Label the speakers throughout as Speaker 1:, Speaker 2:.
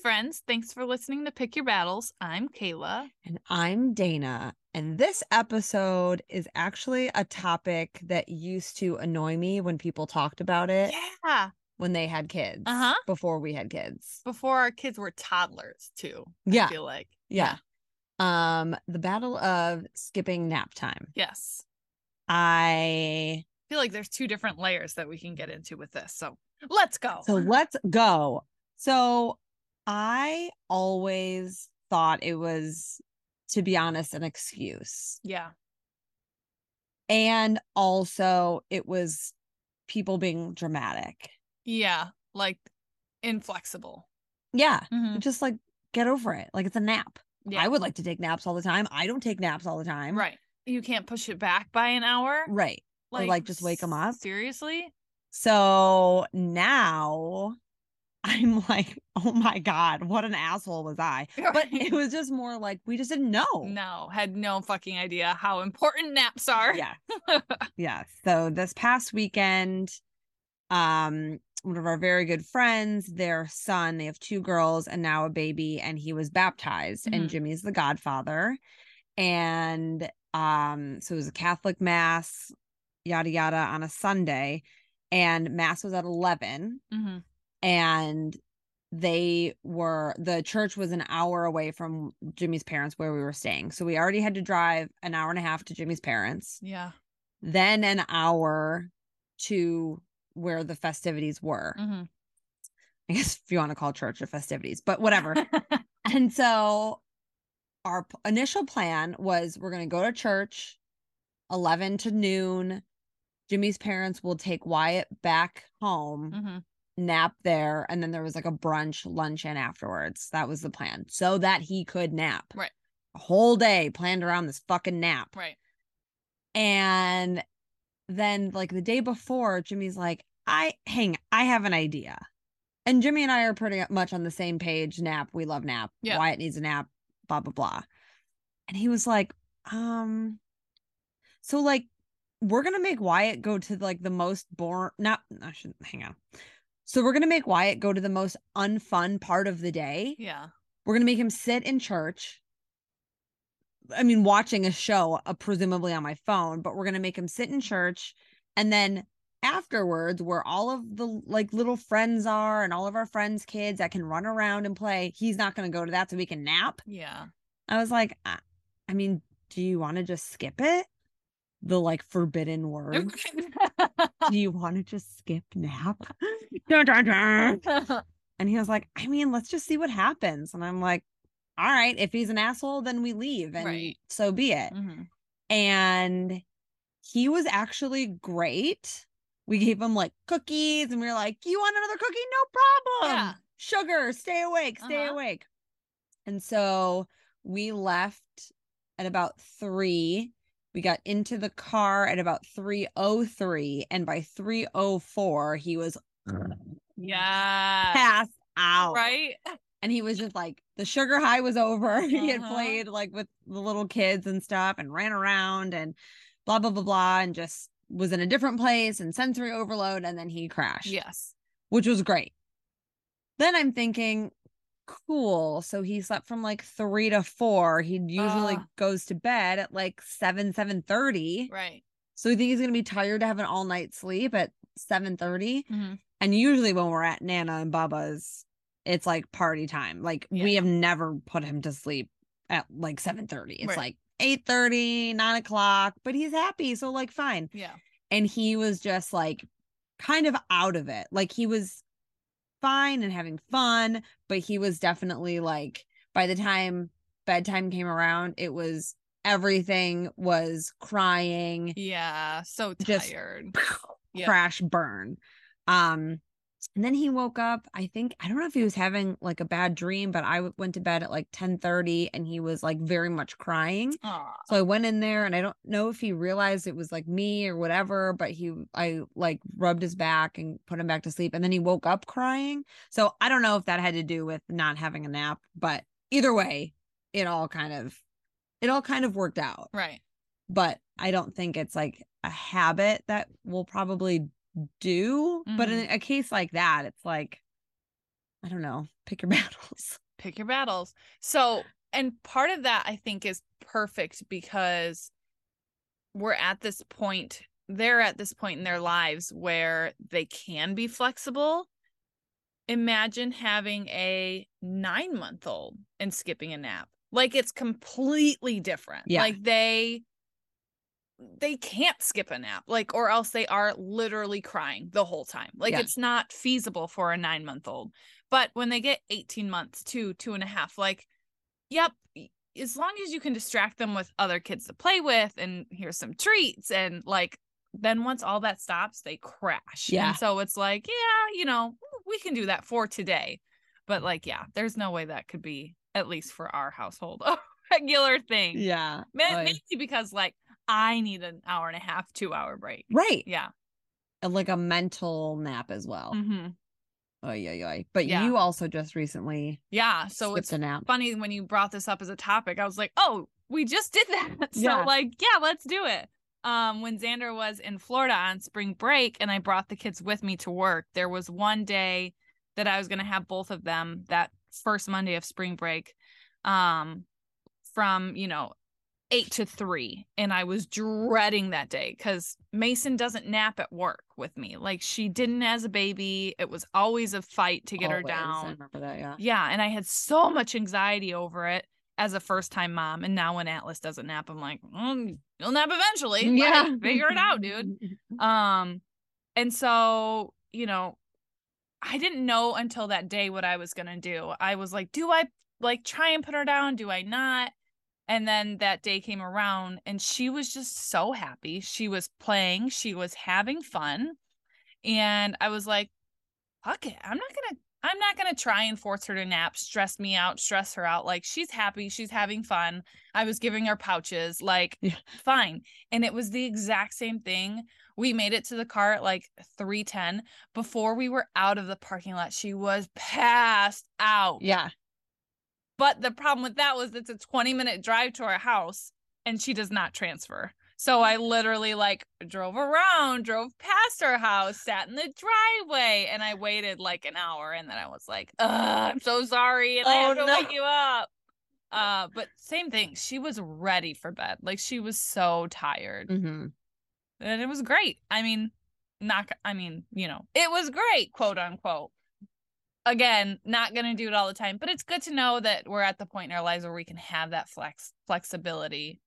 Speaker 1: friends. Thanks for listening to Pick Your Battles. I'm Kayla.
Speaker 2: And I'm Dana. And this episode is actually a topic that used to annoy me when people talked about it
Speaker 1: Yeah.
Speaker 2: when they had kids
Speaker 1: Uh-huh.
Speaker 2: before we had kids.
Speaker 1: Before our kids were toddlers, too. I
Speaker 2: Yeah.
Speaker 1: feel like.
Speaker 2: Yeah. Um, the battle of skipping nap time.
Speaker 1: Yes.
Speaker 2: I
Speaker 1: I feel like there's two different layers that we can get into with this. So let's go.
Speaker 2: so let's go. So I always thought it was, to be honest, an excuse.
Speaker 1: yeah.
Speaker 2: And also it was people being dramatic.
Speaker 1: Yeah. Like inflexible.
Speaker 2: Yeah.
Speaker 1: Mhm.
Speaker 2: just like get over it. Like it's a nap.
Speaker 1: Yeah.
Speaker 2: I would like to take naps all the time. I don't take naps all the time.
Speaker 1: right. You can't push it back by an hour.
Speaker 2: Right. or, like, just wake 'em up.
Speaker 1: Seriously?
Speaker 2: So now I'm like, oh my God, what an asshole was I? But it was just more like we just didn't know.
Speaker 1: no, had no fucking idea how important naps are.
Speaker 2: Yeah. yeah. So this past weekend, um, one of our very good friends, their son, they have two girls and now a baby, and he was baptized.
Speaker 1: Mhm.
Speaker 2: And Jimmy's the godfather. And um, so it was a Catholic mass, yada yada, on a Sunday. And mass was at 11
Speaker 1: hmm
Speaker 2: and they were the church was an hour away from Jimmy's parents where we were staying. So we already had to drive an hour and a half to Jimmy's parents,
Speaker 1: Yeah.
Speaker 2: then an hour to where the festivities were.
Speaker 1: Mhm.
Speaker 2: I guess if you want to call church a festivities, but whatever. and so our p- initial plan was we're going to go to church 11 to noon. Jimmy's parents will take Wyatt back home
Speaker 1: Mhm.
Speaker 2: nap there and then there was like a brunch lunch and afterwards that was the plan so that he could nap
Speaker 1: Right.
Speaker 2: a whole day planned around this fucking nap
Speaker 1: Right.
Speaker 2: and then like the day before jimmy's like i hang i have an idea and jimmy and i are pretty much on the same page nap we love nap
Speaker 1: Yeah.
Speaker 2: wyatt needs a nap blah blah blah and he was like um so like we're gonna make wyatt go to like the most boring not i shouldn't hang on so we're gonna make wyatt go to the most unfun part of the day
Speaker 1: Yeah.
Speaker 2: we're gonna make him sit in church i mean watching a show uh, presumably on my phone but we're gonna make him sit in church and then afterwards where all of the like little friends are and all of our friends kids that can run around and play he's not gonna go to that so we can nap
Speaker 1: Yeah.
Speaker 2: i was like i, I mean do you want to just skip it the like forbidden word do you want to just skip nap Dun, dun, dun. And he was like, I mean, let's just see what happens. And I'm like, all right, if he's an asshole, then we leave and
Speaker 1: Right.
Speaker 2: so be it.
Speaker 1: Mhm.
Speaker 2: And he was actually great. We gave him like cookies and we were like, you want another cookie? No problem.
Speaker 1: Yeah.
Speaker 2: Sugar, stay awake, stay
Speaker 1: Uh-huh.
Speaker 2: awake. And so we left at about three. We got into the car at about 303. And by 304, he was
Speaker 1: Uh-huh. Yeah.
Speaker 2: passed out
Speaker 1: Right?
Speaker 2: and he was just like the sugar high was over. he had
Speaker 1: Uh-huh.
Speaker 2: played like with the little kids and stuff and ran around and blah blah blah blah and just was in a different place and sensory overload and then he crashed.
Speaker 1: Yes.
Speaker 2: Which was great. Then I'm thinking, cool. So he slept from like three to four. He usually
Speaker 1: Ah.
Speaker 2: goes to bed at like seven, seven thirty.
Speaker 1: Right.
Speaker 2: So you think he's gonna be tired to have an all night sleep at seven thirty?
Speaker 1: Mhm.
Speaker 2: And usually when we're at Nana and Baba's, it's like party time. Like we
Speaker 1: Yeah.
Speaker 2: have never put him to sleep at like 7:30. It's
Speaker 1: Right.
Speaker 2: like 8:30, 9 o'clock, but he's happy. So like fine.
Speaker 1: Yeah.
Speaker 2: And he was just like kind of out of it. Like he was fine and having fun, but he was definitely like by the time bedtime came around, it was everything was crying
Speaker 1: Yeah. So
Speaker 2: Just-
Speaker 1: tired. Yeah.
Speaker 2: crash burn. Um, and then he woke up. I think I don't know if he was having like a bad dream, but I w- went to bed at like ten thirty, and he was like very much crying.
Speaker 1: Aw.
Speaker 2: So I went in there, and I don't know if he realized it was like me or whatever, but he I like rubbed his back and put him back to sleep, and then he woke up crying. So I don't know if that had to do with not having a nap, but either way, it all kind of it all kind of worked out
Speaker 1: Right.
Speaker 2: but I don't think it's like a habit that
Speaker 1: Mm-hmm.
Speaker 2: we'll probably do. But in a case like that, it's like I don't know. Pick your battles.
Speaker 1: pick your battles. So, and part of that I think is perfect because we're at this point, they're at this point in their lives where they can be flexible. Imagine having a nine month old and skipping a nap. Like it's completely different.
Speaker 2: Yeah.
Speaker 1: Like they they can't skip a nap like or else they are literally crying the whole time like
Speaker 2: Yeah.
Speaker 1: it's not feasible for a nine month old but when they get 18 months to two and a half like yep y- as long as you can distract them with other kids to play with and here's some treats and like then once all that stops they crash
Speaker 2: Yeah.
Speaker 1: and so it's like yeah you know we can do that for today but like yeah there's no way that could be at least for our household a regular thing
Speaker 2: Yeah.
Speaker 1: Ma-
Speaker 2: Like-
Speaker 1: mainly because like I need an hour and a half, two hour break.
Speaker 2: Right.
Speaker 1: Yeah.
Speaker 2: And, Like a mental nap as well.
Speaker 1: hmm
Speaker 2: Oh yeah, yeah. But
Speaker 1: Yeah.
Speaker 2: you also just recently
Speaker 1: Yeah. So
Speaker 2: skipped
Speaker 1: it's
Speaker 2: a nap.
Speaker 1: funny when you brought this up as a topic. I was like, oh, we just did that. So
Speaker 2: Yeah.
Speaker 1: like, yeah, let's do it. Um, when Xander was in Florida on spring break and I brought the kids with me to work, there was one day that I was gonna have both of them that first Monday of spring break. Um from, you know, eight to three. And I was dreading that day because Mason doesn't nap at work with me. Like she didn't as a baby. It was always a fight to get her
Speaker 2: Always.
Speaker 1: down.
Speaker 2: I remember that. Yeah.
Speaker 1: Yeah, and I had so much anxiety over it as a first time mom. And now when Atlas doesn't nap, I'm like, mm, you'll nap eventually. Like, figure it out, dude. Um, and so, you know, I didn't know until that day what I was gonna do. I was like, do I like try and put her down? Do I not? And then that day came around and she was just so happy. She was playing, she was having fun. And I was like, fuck it. I'm not gonna I'm not gonna try and force her to nap, stress me out, stress her out. Like she's happy, she's having fun. I was giving her pouches, like
Speaker 2: Yeah.
Speaker 1: fine. And it was the exact same thing. We made it to the car at like 310. Before we were out of the parking lot, she was passed out.
Speaker 2: Yeah.
Speaker 1: But the problem with that was it's a 20 minute drive to our house and she does not transfer. So I literally like drove around, drove past her house, sat in the driveway, and I waited like an hour. And then I was like, Ugh, I'm so sorry. And I
Speaker 2: Oh,
Speaker 1: have to
Speaker 2: no.
Speaker 1: wake you up. Uh, but same thing. She was ready for bed. Like she was so tired.
Speaker 2: hmm
Speaker 1: And it was great. I mean, not, I mean, you know, it was great, quote unquote. Again, not going to do it all the time, but it's good to know that we're at the point in our lives where we can have that flex flexibility,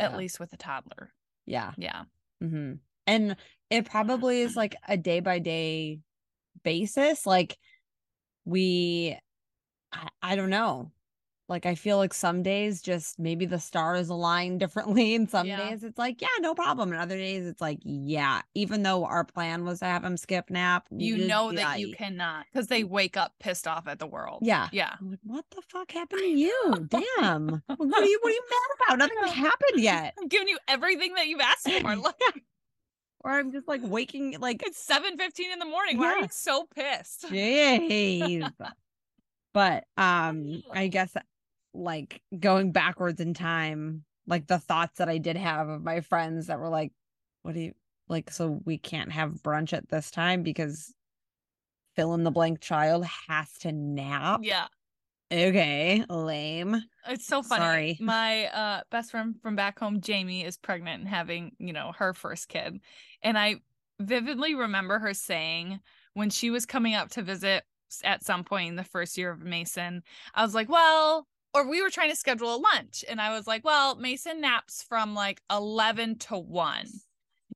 Speaker 1: at
Speaker 2: Yeah.
Speaker 1: least with a toddler.
Speaker 2: Yeah.
Speaker 1: Yeah.
Speaker 2: hmm And it probably is like a day by day basis. Like we, I, I don't know. Like I feel like some days just maybe the stars align differently, and some
Speaker 1: Yeah.
Speaker 2: days it's like yeah, no problem, and other days it's like yeah, even though our plan was to have him skip nap, we
Speaker 1: You
Speaker 2: just-
Speaker 1: know that
Speaker 2: yeah.
Speaker 1: you cannot because they wake up pissed off at the world.
Speaker 2: Yeah.
Speaker 1: Yeah.
Speaker 2: I'm like, what the fuck happened to you? Damn. Like, what are you what are you mad about? Nothing happened yet.
Speaker 1: I'm giving you everything that you've asked for. Look,
Speaker 2: Or I'm just like waking like
Speaker 1: it's 7 15 in the morning. Why are
Speaker 2: Yeah.
Speaker 1: you so pissed?
Speaker 2: jeez. but um I guess like going backwards in time, like the thoughts that I did have of my friends that were like, What do you like so we can't have brunch at this time because fill in the blank child has to nap.
Speaker 1: Yeah.
Speaker 2: Okay, lame.
Speaker 1: It's so funny.
Speaker 2: Sorry.
Speaker 1: My uh best friend from back home, Jamie, is pregnant and having, you know, her first kid. And I vividly remember her saying when she was coming up to visit s- at some point in the first year of Mason, I was like, well, or we were trying to schedule a lunch. And I was like, well, Mason naps from like 11 to 1.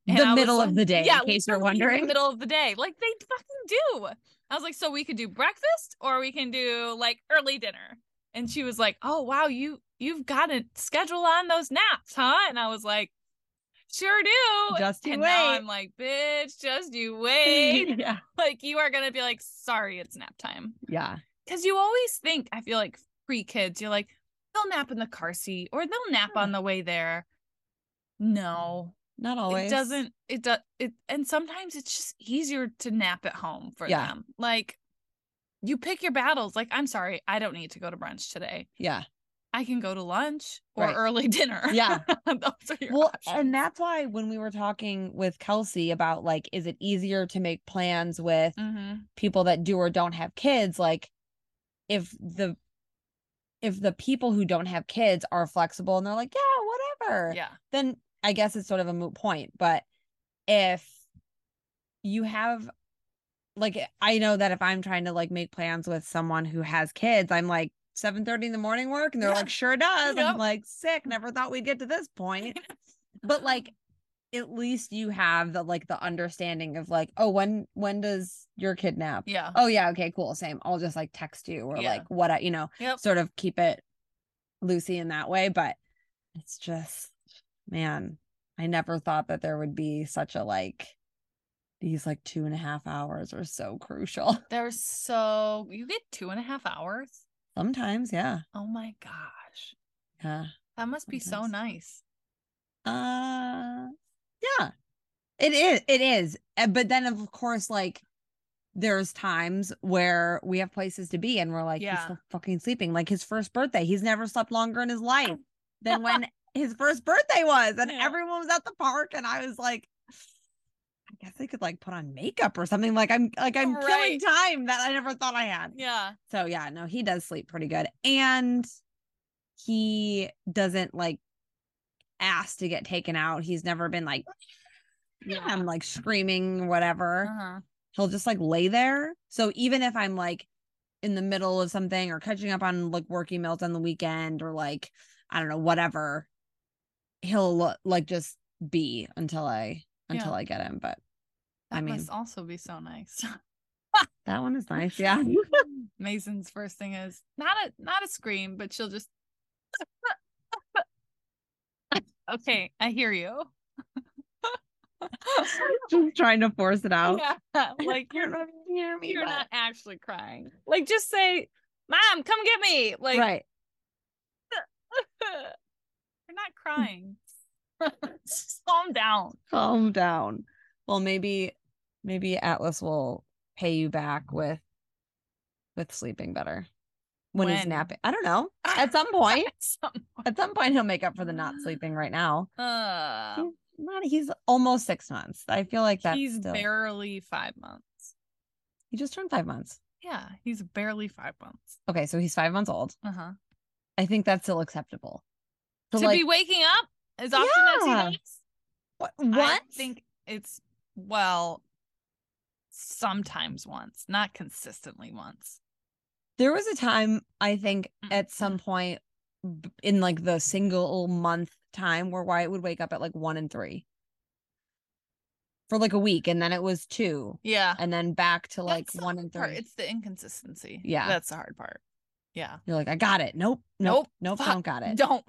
Speaker 1: And
Speaker 2: the
Speaker 1: I was
Speaker 2: middle
Speaker 1: like-
Speaker 2: of the day,
Speaker 1: yeah,
Speaker 2: in case you're
Speaker 1: literally the
Speaker 2: wondering.
Speaker 1: middle of the day, like they fucking do. I was like, so we could do breakfast or we can do like early dinner. And she was like, oh wow, you you've got to schedule on those naps, huh? And I was like, sure do.
Speaker 2: Just you
Speaker 1: Oh, and now
Speaker 2: wait.
Speaker 1: I'm like, bitch, just you wait.
Speaker 2: yeah.
Speaker 1: like you are gonna be like, sorry, it's nap time.
Speaker 2: Yeah.
Speaker 1: Cause you always think, I feel like pre kids, you're like, they'll nap in the car seat or they'll nap
Speaker 2: Yeah.
Speaker 1: on the way there. No,
Speaker 2: Not always.
Speaker 1: it doesn't it does it and sometimes it's just easier to nap at home for
Speaker 2: Yeah.
Speaker 1: them like you pick your battles like i'm sorry i don't need to go to brunch today
Speaker 2: Yeah.
Speaker 1: i can go to lunch or
Speaker 2: Right.
Speaker 1: early dinner
Speaker 2: Yeah.
Speaker 1: those are your
Speaker 2: Well,
Speaker 1: options.
Speaker 2: and that's why when we were talking with Kelsey about like, is it easier to make plans with
Speaker 1: Mhm.
Speaker 2: people that do or don't have kids? Like, if the if the people who don't have kids are flexible and they're like, yeah, whatever,
Speaker 1: Yeah.
Speaker 2: then I guess it's sort of a moot point. But if you have like I know that if I'm trying to like make plans with someone who has kids, I'm like 7 30 in the morning work and they're
Speaker 1: Yeah.
Speaker 2: like, sure does.
Speaker 1: Yep.
Speaker 2: I'm like sick, never thought we'd get to this point. but like at least you have the like the understanding of like, oh, when when does your kid nap?
Speaker 1: Yeah.
Speaker 2: Oh yeah, okay, cool. Same. I'll just like text you or
Speaker 1: Yeah.
Speaker 2: like what I you know,
Speaker 1: Yep.
Speaker 2: sort of keep it loosey in that way. But it's just, man, I never thought that there would be such a like, these like two and a half hours are so crucial.
Speaker 1: They're so you get two and a half hours.
Speaker 2: Sometimes, yeah.
Speaker 1: Oh my gosh.
Speaker 2: Yeah.
Speaker 1: That must be so
Speaker 2: Sometimes.
Speaker 1: nice.
Speaker 2: Uh, yeah. It is. It is. Uh, But then, of course, like, there's times where we have places to be and we're like, he's
Speaker 1: Yeah.
Speaker 2: still fucking sleeping. Like his first birthday, he's never slept longer in his life than when his first birthday was. And
Speaker 1: Yeah.
Speaker 2: everyone was at the park. And I was like, I guess I could like put on makeup or something. Like I'm like I'm killing
Speaker 1: Right.
Speaker 2: time that I never thought I had.
Speaker 1: Yeah.
Speaker 2: So yeah, no, he does sleep pretty good. And he doesn't like ask to get taken out. He's never been like
Speaker 1: Yeah.
Speaker 2: I'm like screaming whatever.
Speaker 1: Uh-huh.
Speaker 2: He'll just like lay there. So even if I'm like in the middle of something or catching up on like work emails on the weekend or like I don't know whatever, he'll like just be until I until
Speaker 1: Yeah.
Speaker 2: I get him. But
Speaker 1: That
Speaker 2: I mean-
Speaker 1: must also be so nice.
Speaker 2: that one is nice. Yeah.
Speaker 1: Mason's first thing is not a not a scream, but she'll just Okay, I hear you.
Speaker 2: just trying to force it out.
Speaker 1: Yeah, like
Speaker 2: I
Speaker 1: you're
Speaker 2: don't know if you can hear me.
Speaker 1: you're
Speaker 2: but-
Speaker 1: not actually crying. Like just say, "Mom, come get me." Like
Speaker 2: right.
Speaker 1: you're not crying. Just Calm down.
Speaker 2: Calm down. Well, maybe maybe Atlas will pay you back with with sleeping better when, he's
Speaker 1: When?
Speaker 2: napping. I don't know. At some point,
Speaker 1: Some-
Speaker 2: at some point he'll make up for the not sleeping right now.
Speaker 1: uh,
Speaker 2: Not he's almost 6 months. I feel like that's
Speaker 1: he's
Speaker 2: still,
Speaker 1: barely five months.
Speaker 2: he just turned 5 months.
Speaker 1: Yeah, he's barely five months.
Speaker 2: Okay, so he's 5 months old.
Speaker 1: Uh huh.
Speaker 2: I think that's still acceptable. So
Speaker 1: to
Speaker 2: like
Speaker 1: be waking up as often
Speaker 2: Yeah.
Speaker 1: as he does.
Speaker 2: what,
Speaker 1: I
Speaker 2: once?
Speaker 1: think it's well, sometimes once, not consistently once.
Speaker 2: There was a time I think
Speaker 1: Mm.
Speaker 2: at some point b- in like the single month time where Wyatt would wake up at like one and three for like a week, and then it was two,
Speaker 1: Yeah,
Speaker 2: and then back to like
Speaker 1: That's the
Speaker 2: one
Speaker 1: hard
Speaker 2: and
Speaker 1: part.
Speaker 2: three.
Speaker 1: It's the inconsistency.
Speaker 2: Yeah.
Speaker 1: that's the hard part. Yeah,
Speaker 2: You're like, I got it. Nope, nope, nope.
Speaker 1: Fuck.
Speaker 2: Don't got it.
Speaker 1: don't.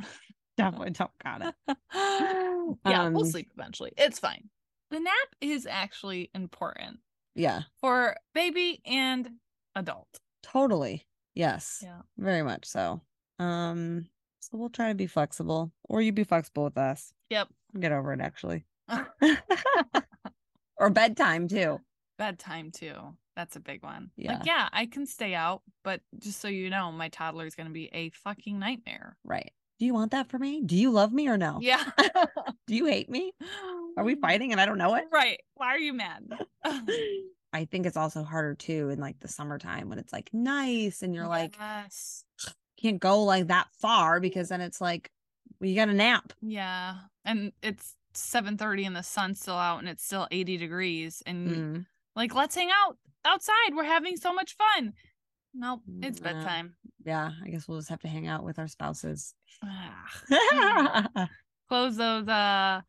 Speaker 2: Definitely don't got it.
Speaker 1: yeah, we'll
Speaker 2: Um,
Speaker 1: sleep eventually. It's fine. The nap is actually important
Speaker 2: Yeah,
Speaker 1: for baby and adult.
Speaker 2: totally. Yes.
Speaker 1: Yeah.
Speaker 2: Very much so. Um. So we'll try to be flexible, or you be flexible with us.
Speaker 1: Yep.
Speaker 2: We'll Get over it, actually. or bedtime too.
Speaker 1: Bedtime too. That's a big one.
Speaker 2: Yeah.
Speaker 1: Like, yeah, I can stay out, but just so you know, my toddler is going to be a fucking nightmare.
Speaker 2: Right. Do you want that for me? Do you love me or no?
Speaker 1: Yeah. Mm-hmm.
Speaker 2: Do you hate me? Oh. Are we fighting and I don't know it?
Speaker 1: Right. Why are you mad?
Speaker 2: I think it's also harder too in like the summertime when it's like nice and you're like
Speaker 1: yes.
Speaker 2: can't go like that far because then it's like well, you got a nap.
Speaker 1: Yeah. And it's 7:30 and the sun's still out and it's still 80 degrees and
Speaker 2: Mm.
Speaker 1: like let's hang out outside. We're having so much fun. Nope, it's
Speaker 2: Mm, uh,
Speaker 1: bedtime.
Speaker 2: Yeah, I guess we'll just have to hang out with our spouses.
Speaker 1: Ah.
Speaker 2: yeah,
Speaker 1: Close those uh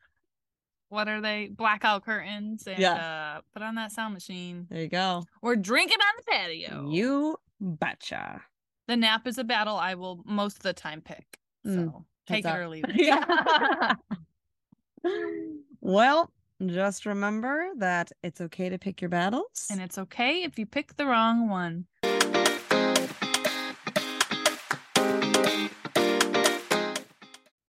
Speaker 1: what are they? Blackout curtains and uh put on that sound machine.
Speaker 2: there you go.
Speaker 1: We're drinking on the patio.
Speaker 2: You betcha.
Speaker 1: the nap is a battle I will most of the time pick. So
Speaker 2: Mm,
Speaker 1: take
Speaker 2: heads
Speaker 1: it
Speaker 2: up.
Speaker 1: or leave it.
Speaker 2: Yeah. well, just remember that it's okay to pick your battles.
Speaker 1: And it's okay if you pick the wrong one.